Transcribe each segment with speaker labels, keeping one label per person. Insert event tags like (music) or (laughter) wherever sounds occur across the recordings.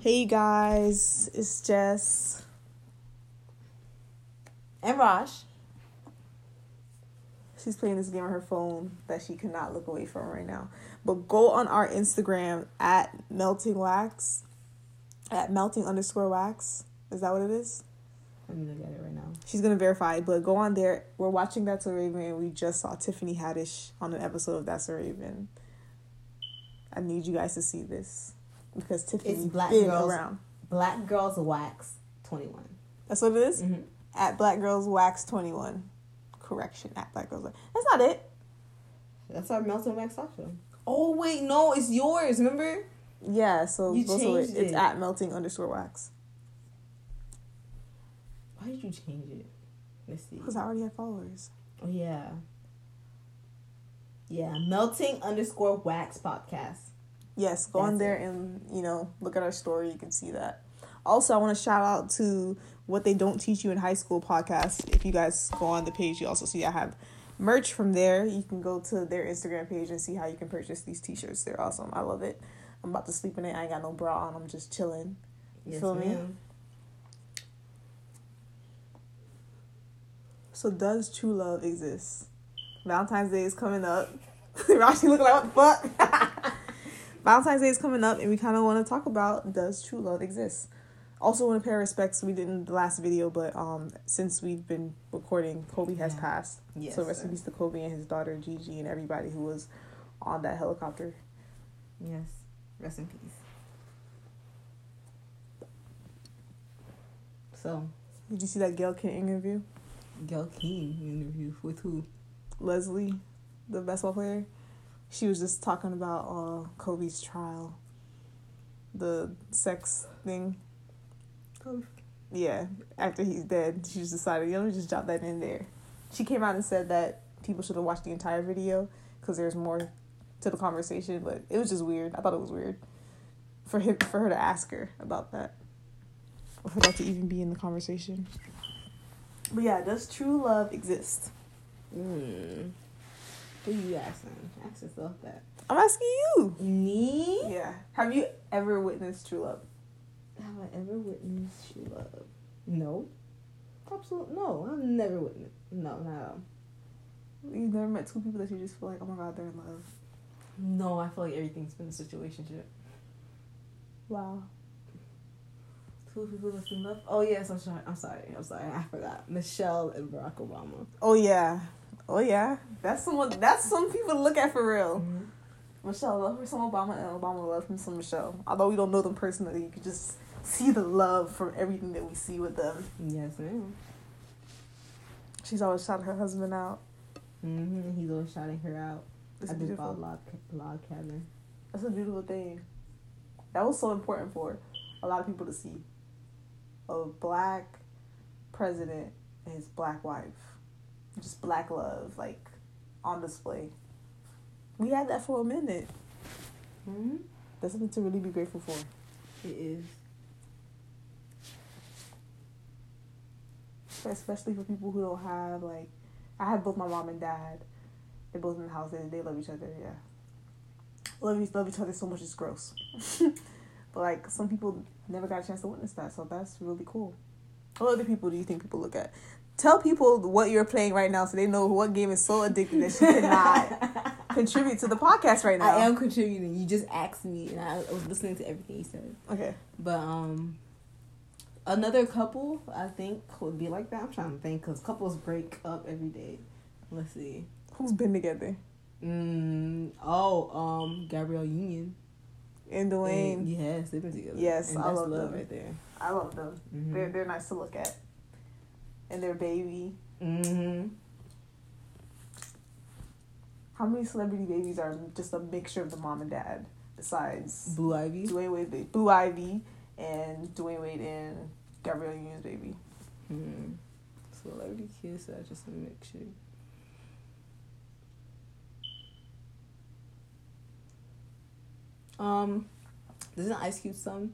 Speaker 1: Hey guys, it's Jess.
Speaker 2: And Rosh.
Speaker 1: She's playing this game on her phone that she cannot look away from right now. But go on our Instagram at melting wax, at melting underscore wax. Is that what it is?
Speaker 2: I'm gonna get it right now.
Speaker 1: She's gonna verify, but go on there. We're watching That's a Raven, and we just saw Tiffany Haddish on an episode of That's a Raven. I need you guys to see this because Tiffany's
Speaker 2: Black
Speaker 1: been
Speaker 2: Girls.
Speaker 1: around.
Speaker 2: Black Girls Wax 21.
Speaker 1: That's what it is?
Speaker 2: Mhm.
Speaker 1: At Black Girls Wax Twenty One, correction at Black Girls. Wax. That's not it.
Speaker 2: That's our Melton Wax talk show. Oh, wait, no, it's yours, remember?
Speaker 1: Yeah, so
Speaker 2: You
Speaker 1: those are it.
Speaker 2: changed
Speaker 1: it's
Speaker 2: it.
Speaker 1: at melting underscore wax
Speaker 2: Why did you change it? Let's see.
Speaker 1: because I already have followers.
Speaker 2: Oh, yeah. Yeah, Melting underscore Wax podcast.
Speaker 1: Yes, go on
Speaker 2: That's
Speaker 1: there and you know look at our story. You can see that. Also, I want to shout out to what they don't teach you in high school podcast. If you guys go on the page, you also see I have merch from there. You can go to their Instagram page and see how you can purchase these T-shirts. They're awesome. I love it. I'm about to sleep in it. I ain't got no bra on. I'm just chilling.
Speaker 2: Yes,
Speaker 1: Feel me?
Speaker 2: ma'am.
Speaker 1: So does true love exist? Valentine's Day is coming up. (laughs) Rashi looking like what the fuck? (laughs) Valentine's Day is coming up, and we kind of want to talk about does true love exist? Also, want to pay our respects. We didn't the last video, but um, since we've been recording, Kobe has
Speaker 2: Yeah.
Speaker 1: passed.
Speaker 2: Yes.
Speaker 1: so rest in
Speaker 2: sir.
Speaker 1: peace to Kobe and his daughter Gigi and everybody who was on that helicopter.
Speaker 2: Yes. Rest in peace. So,
Speaker 1: Did you see that Gail King interview?
Speaker 2: Gail King interview with who?
Speaker 1: Leslie, the basketball player, she was just talking about uh, Kobe's trial, the sex thing. Yeah, after he's dead, she just decided, you know, let me just drop that in there. She came out and said that people should have watched the entire video because there's more to the conversation, but it was just weird. I thought it was weird for him for her to ask her about that, or for that to even be in the conversation. But yeah, does true love exist?
Speaker 2: Mm. Who you asking? Ask yourself that.
Speaker 1: I'm asking you.
Speaker 2: Me?
Speaker 1: Yeah. Have you ever witnessed true love?
Speaker 2: Have I ever witnessed true love? No. Absolutely no. I've never witnessed. No, not at all.
Speaker 1: You've never met two people that you just feel like, oh my god, they're in love.
Speaker 2: No, I feel like everything's been a situation.
Speaker 1: Wow.
Speaker 2: Two people that's in love. Oh yes, I'm sorry. I'm sorry. I'm sorry. I forgot. Michelle and Barack Obama.
Speaker 1: Oh yeah. Oh yeah. That's someone. That's some people to look at for
Speaker 2: Oh.
Speaker 1: real.
Speaker 2: Mm-hmm.
Speaker 1: Michelle love her some Obama, and Obama love him some Michelle. Although we don't know them personally, you can just see the love from everything that we see with them.
Speaker 2: Yes, ma'am.
Speaker 1: She's always shouting her husband out.
Speaker 2: Mm-hmm. He's always shouting her out.
Speaker 1: It's
Speaker 2: I did
Speaker 1: beautiful.
Speaker 2: bought log log cabin.
Speaker 1: That's a beautiful thing. That was so important for a lot of people to see. A black president and his black wife. Just black love, like on display. We had that for a minute.
Speaker 2: Mm-hmm.
Speaker 1: That's something to really be grateful for.
Speaker 2: It is.
Speaker 1: Especially for people who don't have like I have both my mom and dad. They're both in the house and they love each other, yeah. Love each love each other so much it's gross. (laughs) but like some people never got a chance to witness that, so that's really cool. What other people do you think people look at? Tell people what you're playing right now so they know what game is so addictive that you
Speaker 2: (laughs)
Speaker 1: cannot contribute to the podcast right now.
Speaker 2: I am contributing. You just asked me, and I was listening to everything you said.
Speaker 1: Okay.
Speaker 2: But um, another couple I think would be like that. I'm trying to think because couples break up every day. Let's see.
Speaker 1: Who's been together?
Speaker 2: Mm, oh, um, Gabrielle Union.
Speaker 1: And
Speaker 2: And-
Speaker 1: Dwayne.
Speaker 2: yes, they've been together.
Speaker 1: Yes,
Speaker 2: and
Speaker 1: I
Speaker 2: that's
Speaker 1: love
Speaker 2: love
Speaker 1: them.
Speaker 2: right there.
Speaker 1: I love them. They're
Speaker 2: Mm-hmm.
Speaker 1: they're nice to look at. And their baby.
Speaker 2: mm-hmm.
Speaker 1: How many celebrity babies are just a mixture of the mom and dad? Besides
Speaker 2: Blue Ivy.
Speaker 1: Dwayne Wade, ba- Blue Ivy, and Dwayne Wade and Gabrielle Union's baby.
Speaker 2: Mm. Celebrity kiss. I just make sure. Um, doesn't Ice Cube some?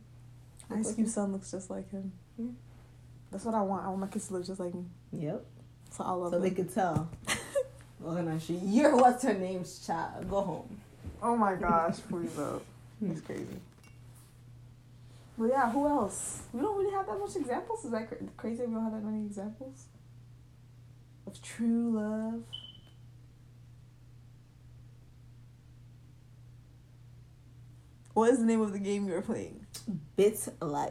Speaker 2: look
Speaker 1: Ice
Speaker 2: like
Speaker 1: Cube's
Speaker 2: him?
Speaker 1: son looks just like him.
Speaker 2: Yeah.
Speaker 1: That's what I want. I want my kids to look just like me.
Speaker 2: Yep.
Speaker 1: So I love
Speaker 2: So they
Speaker 1: them.
Speaker 2: could
Speaker 1: (laughs)
Speaker 2: tell. well, then I should. You're what's her name's child. Go home.
Speaker 1: (laughs) Oh my gosh, please up. It's crazy. But yeah, who else? We don't really have that much examples. Is that cra- crazy? We don't have that many examples of true love. What is the name of the game you were playing?
Speaker 2: Bit life.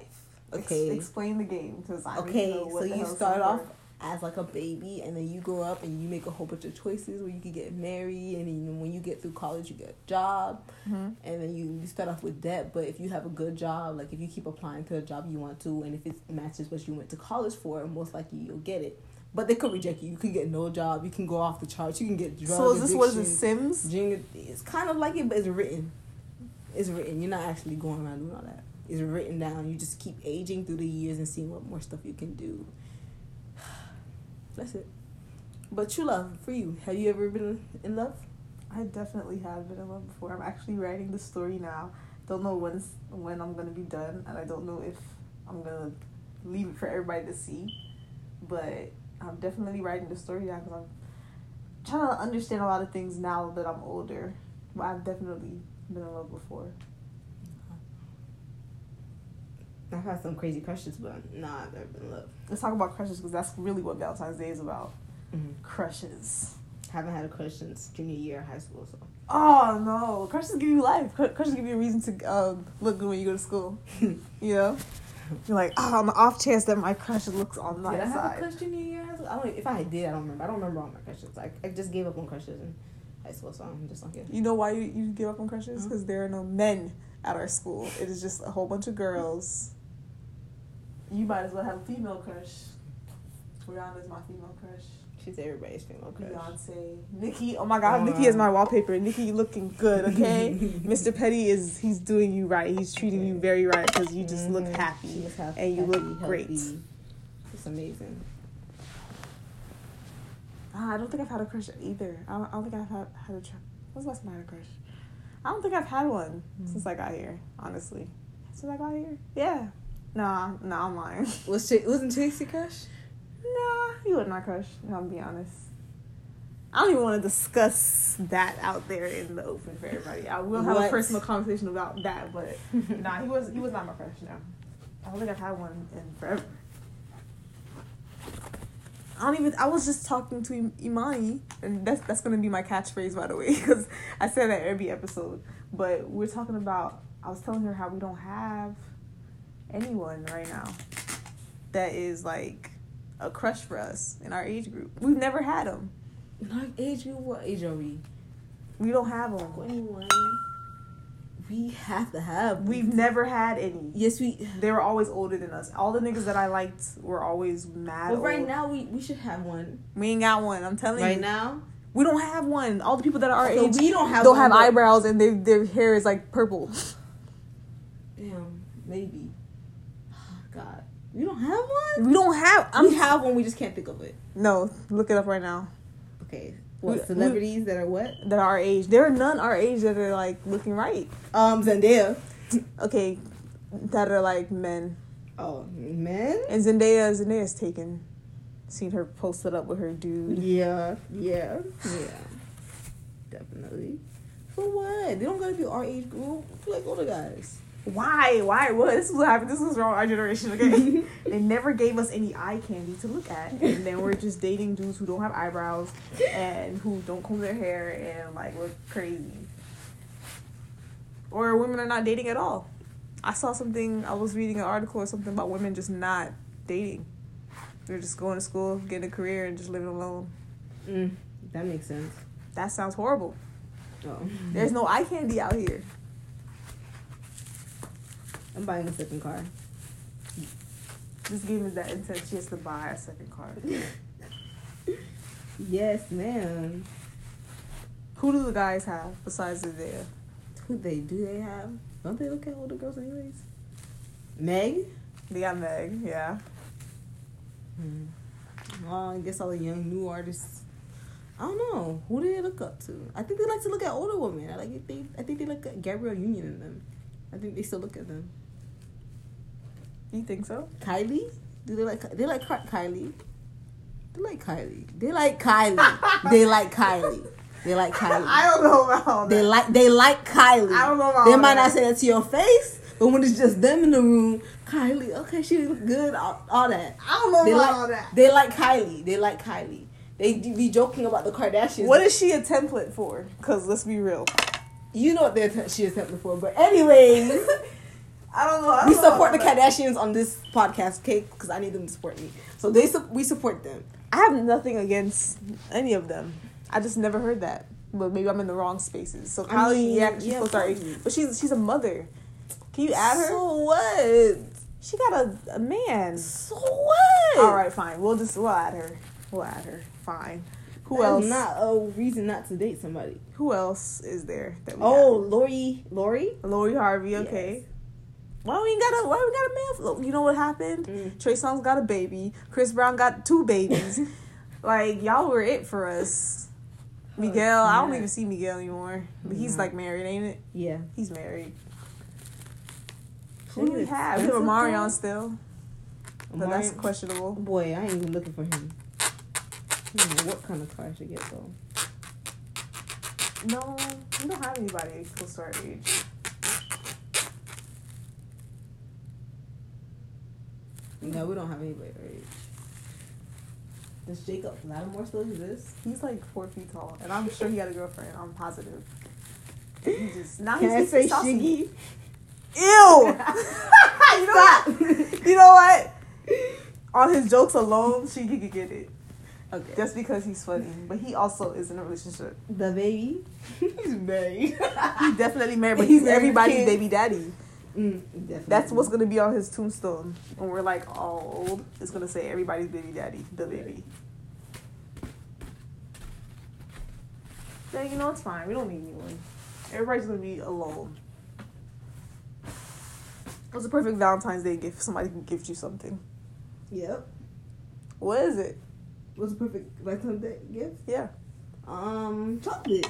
Speaker 1: Ex-
Speaker 2: Okay.
Speaker 1: explain the game because I don't even
Speaker 2: Okay,
Speaker 1: know what
Speaker 2: so
Speaker 1: the
Speaker 2: you
Speaker 1: hell
Speaker 2: start
Speaker 1: some
Speaker 2: off
Speaker 1: were.
Speaker 2: as like a baby, and then you grow up and you make a whole bunch of choices where you could get married, and then when you get through college, you get a job,
Speaker 1: Mhm.
Speaker 2: and then you, you start off with debt. But if you have a good job, like if you keep applying to a job you want to, and if it matches what you went to college for, most likely you'll get it. But they could reject you. You can get no job. You can go off the charts. You can get drugs.
Speaker 1: So is this what is it?
Speaker 2: addiction.
Speaker 1: Sims?
Speaker 2: Junior, it's kind of like it, but it's written. It's written. You're not actually going around doing all that. It's written down. You just keep aging through the years and seeing what more stuff you can do. That's it. But true love for you. Have you ever been in love?
Speaker 1: I definitely have been in love before. I'm actually writing the story now. Don't know when when I'm gonna be done, and I don't know if I'm gonna leave it for everybody to see. But I'm definitely writing the story now because I'm trying to understand a lot of things now that I'm older. But I've definitely been in love before.
Speaker 2: I've had some crazy crushes, but nah, I've never been in love.
Speaker 1: Let's talk about crushes because that's really what Valentine's Day is about.
Speaker 2: Mm-hmm.
Speaker 1: Crushes.
Speaker 2: Haven't had a crush since junior year of high school, (laughs) so.
Speaker 1: Oh no, crushes give you life. Cr- Crushes give you a reason to um, look good when you go to school. You know, you're like, oh, on the off chance that my crush looks on my
Speaker 2: did I have a
Speaker 1: side.
Speaker 2: crush junior year? of high school? I don't. If I did, I don't remember. I don't remember all my crushes. I, I just gave up on crushes in high school, so I'm just not here.
Speaker 1: You know why you, you give up on crushes? Because there are no men at our school. It is just a whole bunch of girls. You might as well have a female crush. Rihanna is my female crush.
Speaker 2: She's everybody's female crush.
Speaker 1: Beyonce, Nikki. Oh my God,
Speaker 2: Oh,
Speaker 1: Nikki is
Speaker 2: wow.
Speaker 1: my wallpaper. Nikki, you looking
Speaker 2: (laughs)
Speaker 1: good, (laughs) okay? Mr. Petty is he's doing you right. He's treating you very right because you just look
Speaker 2: Mhm. She
Speaker 1: happy.
Speaker 2: was hap-
Speaker 1: and you
Speaker 2: happy,
Speaker 1: look great.
Speaker 2: healthy. It's amazing.
Speaker 1: Ah, I don't think I've had a crush either. I don't, I don't think I've had, had a crush. When's the last time I had a crush? I don't think I've had one
Speaker 2: Mm.
Speaker 1: since I got here, honestly. Since I got here? Yeah. Nah, nah, I'm lying. (laughs)
Speaker 2: Was she, wasn't Chicks your crush?
Speaker 1: nah, you was my crush, if I'm being honest. I don't even want to discuss that out there in the open for everybody. I will have a
Speaker 2: What?
Speaker 1: personal conversation about that, but (laughs) (laughs) nah, he was he was not my crush. No, I don't think I've had one in forever. I don't even. I was just talking to Im- Imani, and that's that's gonna be my catchphrase, by the way, (laughs) because I said that every episode. But we're talking about. I was telling her how we don't have anyone right now that is like a crush for us in our age group. We've never had them.
Speaker 2: In our age group, what age are we?
Speaker 1: We don't have them.
Speaker 2: 21. We have to have.
Speaker 1: We've never had any.
Speaker 2: Yes, we.
Speaker 1: They were always older than us. All the niggas that I liked were always mad.
Speaker 2: But right
Speaker 1: old.
Speaker 2: now, we, we should have one.
Speaker 1: we ain't got one. I'm telling
Speaker 2: Right
Speaker 1: you,
Speaker 2: now?
Speaker 1: we don't have one. All the people that are our
Speaker 2: So
Speaker 1: age
Speaker 2: we don't have
Speaker 1: don't
Speaker 2: one,
Speaker 1: have
Speaker 2: but-
Speaker 1: eyebrows and their their hair is like purple.
Speaker 2: Damn, maybe. (sighs) Oh, God. We don't have one?
Speaker 1: We don't have. I'm
Speaker 2: (laughs) we have one, we just can't think of it.
Speaker 1: no. Look it up right now.
Speaker 2: Okay.
Speaker 1: We-
Speaker 2: What,
Speaker 1: we-
Speaker 2: celebrities that are what?
Speaker 1: That are our age. There are none our age that are like looking right.
Speaker 2: Um, Zendaya.
Speaker 1: Okay, that are like men.
Speaker 2: Oh, men?
Speaker 1: And Zendaya, Zendaya's taken. Seen her posted up with her dude.
Speaker 2: Yeah, yeah, yeah. Definitely. For what? They don't gotta be our age group. We Like older guys.
Speaker 1: Why? Why? What? This was happening. This was wrong. Our generation. Okay, they never gave us any eye candy to look at, and then we're just dating dudes who don't have eyebrows and who don't comb their hair and like look crazy. Or women are not dating at all. I saw something. I was reading an article or something about women just not dating. They're just going to school, getting a career, and just living alone.
Speaker 2: Mm, that makes sense.
Speaker 1: That sounds horrible.
Speaker 2: Oh.
Speaker 1: There's no eye candy out here.
Speaker 2: (laughs) I'm buying a second car.
Speaker 1: This game is that intense. She has to buy a second card.
Speaker 2: (laughs) Yes, ma'am.
Speaker 1: Who do the guys have besides Zendaya?
Speaker 2: Who they do they have? Don't they look at older girls anyways? Meg?
Speaker 1: They got Meg, yeah.
Speaker 2: Mm. Oh, I guess all the young new artists. I don't know. Who do they look up to? I think they like to look at older women. I like they I think they look at Gabrielle Union in them. I think they still look at them.
Speaker 1: You think so?
Speaker 2: Kylie? Do they like they like Ky- Kylie? They like Kylie. They like
Speaker 1: (laughs)
Speaker 2: Kylie. they like Kylie. They like Kylie.
Speaker 1: I don't know about all
Speaker 2: They
Speaker 1: that.
Speaker 2: like they like Kylie.
Speaker 1: I don't know about
Speaker 2: They
Speaker 1: all
Speaker 2: might
Speaker 1: that.
Speaker 2: not say that to your face, But when it's just them in the room, Kylie, okay, she look good, all, all that.
Speaker 1: I don't know
Speaker 2: They
Speaker 1: about
Speaker 2: like-
Speaker 1: all that.
Speaker 2: They like Kylie. They like Kylie. They d- be joking about the Kardashians.
Speaker 1: What is she a template for? Because let's be real.
Speaker 2: you know what they're t- she is tempted for? But
Speaker 1: (laughs)
Speaker 2: anyways,
Speaker 1: I don't know. I don't
Speaker 2: we
Speaker 1: know
Speaker 2: support the
Speaker 1: about that.
Speaker 2: Kardashians on this podcast, okay? Because I need them to support me. So they su- we support them.
Speaker 1: I have nothing against any of them. I just never heard that. But maybe I'm in the wrong spaces. So
Speaker 2: I
Speaker 1: Kylie,
Speaker 2: mean,
Speaker 1: yeah, she's
Speaker 2: yeah,
Speaker 1: supposed to our age.
Speaker 2: Kylie.
Speaker 1: But she's she's a mother. Can you add her?
Speaker 2: So what?
Speaker 1: she got a, a man.
Speaker 2: So what?
Speaker 1: All right, fine. We'll just we'll add her. We'll add her. Fine. Who
Speaker 2: That
Speaker 1: else?
Speaker 2: is Not a reason not to date somebody.
Speaker 1: Who else is there? That we
Speaker 2: Oh, Lori, Lori.
Speaker 1: got? Lori Harvey. Okay.
Speaker 2: Yes.
Speaker 1: Why we ain't got a Why we got a man? for- You know what happened?
Speaker 2: Mm.
Speaker 1: Trey Songz got a baby. Chris Brown got two (laughs) babies. like y'all were it for us.
Speaker 2: Oh,
Speaker 1: Miguel, I don't
Speaker 2: snap.
Speaker 1: even see Miguel anymore. But he's
Speaker 2: No.
Speaker 1: like married, ain't it?
Speaker 2: Yeah.
Speaker 1: He's married.
Speaker 2: She
Speaker 1: Who do we
Speaker 2: looks
Speaker 1: have? We have
Speaker 2: expensive,
Speaker 1: Omarion
Speaker 2: though.
Speaker 1: still, but that's
Speaker 2: Omarion-
Speaker 1: questionable.
Speaker 2: Oh, Boy, I ain't even looking for him. I don't know what kind of car I should get though.
Speaker 1: No, we don't have anybody close to our age.
Speaker 2: No, we don't have anybody our age. Does Jacob Lattimore still exist?
Speaker 1: He's like four feet tall, and I'm sure he got a girlfriend. I'm positive. He just now
Speaker 2: Can I
Speaker 1: he's
Speaker 2: say
Speaker 1: say saucy.
Speaker 2: Shiggy?
Speaker 1: Ew! (laughs) you know
Speaker 2: Stop.
Speaker 1: what? (laughs) You know what? On his jokes alone, Shiggy could get it
Speaker 2: okay.
Speaker 1: just because he's funny. But he also is in a relationship.
Speaker 2: the baby. he's married.
Speaker 1: He's definitely married, but he's
Speaker 2: Married
Speaker 1: everybody's
Speaker 2: kid.
Speaker 1: baby daddy.
Speaker 2: (laughs) Mm, definitely.
Speaker 1: That's what's gonna be on his tombstone when we're like all old. It's gonna say everybody's baby daddy, the baby. Then you know it's fine. We don't need anyone. Everybody's gonna be alone. What's a perfect Valentine's Day gift? Somebody can gift you something.
Speaker 2: Yep.
Speaker 1: What is it?
Speaker 2: What's a perfect Valentine's Day gift?
Speaker 1: Yeah,
Speaker 2: Um, chocolates.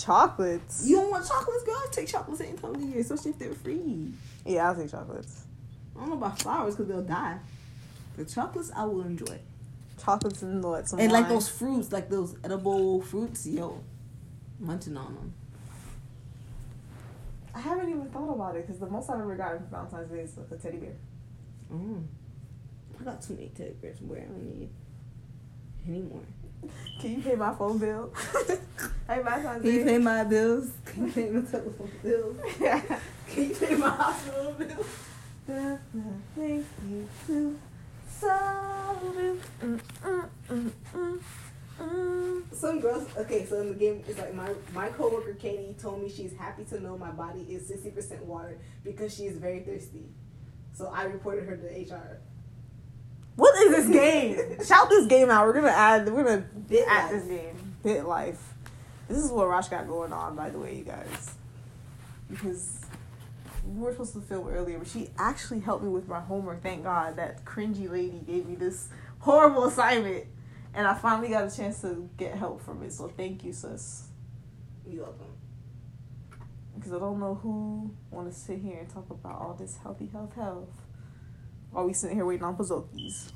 Speaker 1: chocolates.
Speaker 2: You don't want chocolates, girl? Take chocolates any time of the year, especially if they're free.
Speaker 1: yeah, I'll take chocolates.
Speaker 2: I don't know about flowers because they'll die. The chocolates I will enjoy.
Speaker 1: Chocolates and what? Some
Speaker 2: And like
Speaker 1: wine.
Speaker 2: those fruits, like those edible fruits, yo, munching on them.
Speaker 1: I haven't even thought about it because the most I've ever gotten for Valentine's Day is a teddy bear.
Speaker 2: Mm. I got too many teddy bears where I don't need any more.
Speaker 1: Can you pay my phone bill? (laughs) hey, Valentine's
Speaker 2: Can you
Speaker 1: (laughs) Day.
Speaker 2: pay my bills? (laughs) Can you pay my telephone bills? Can you pay my hospital (laughs) bills?
Speaker 1: The thing you do, so do. Mm, mm, mm, mm, mm.
Speaker 2: Some girls, okay, so in the game, it's like my my coworker Katie told me she's happy to know my body is sixty percent water because she is very thirsty. So I reported her to HR.
Speaker 1: What is this game? Shout this game out. We're gonna add. We're gonna
Speaker 2: Bit
Speaker 1: add
Speaker 2: life.
Speaker 1: this game. Bit life. This is what Rosh got going on, by the way, you guys. Because we were supposed to film earlier, but she actually helped me with my homework. Thank God that cringy lady gave me this horrible assignment, and I finally got a chance to get help from it. So thank you, sis.
Speaker 2: You welcome.
Speaker 1: because I don't know who want to sit here and talk about all this healthy health health. While we sitting here waiting on Pazokis?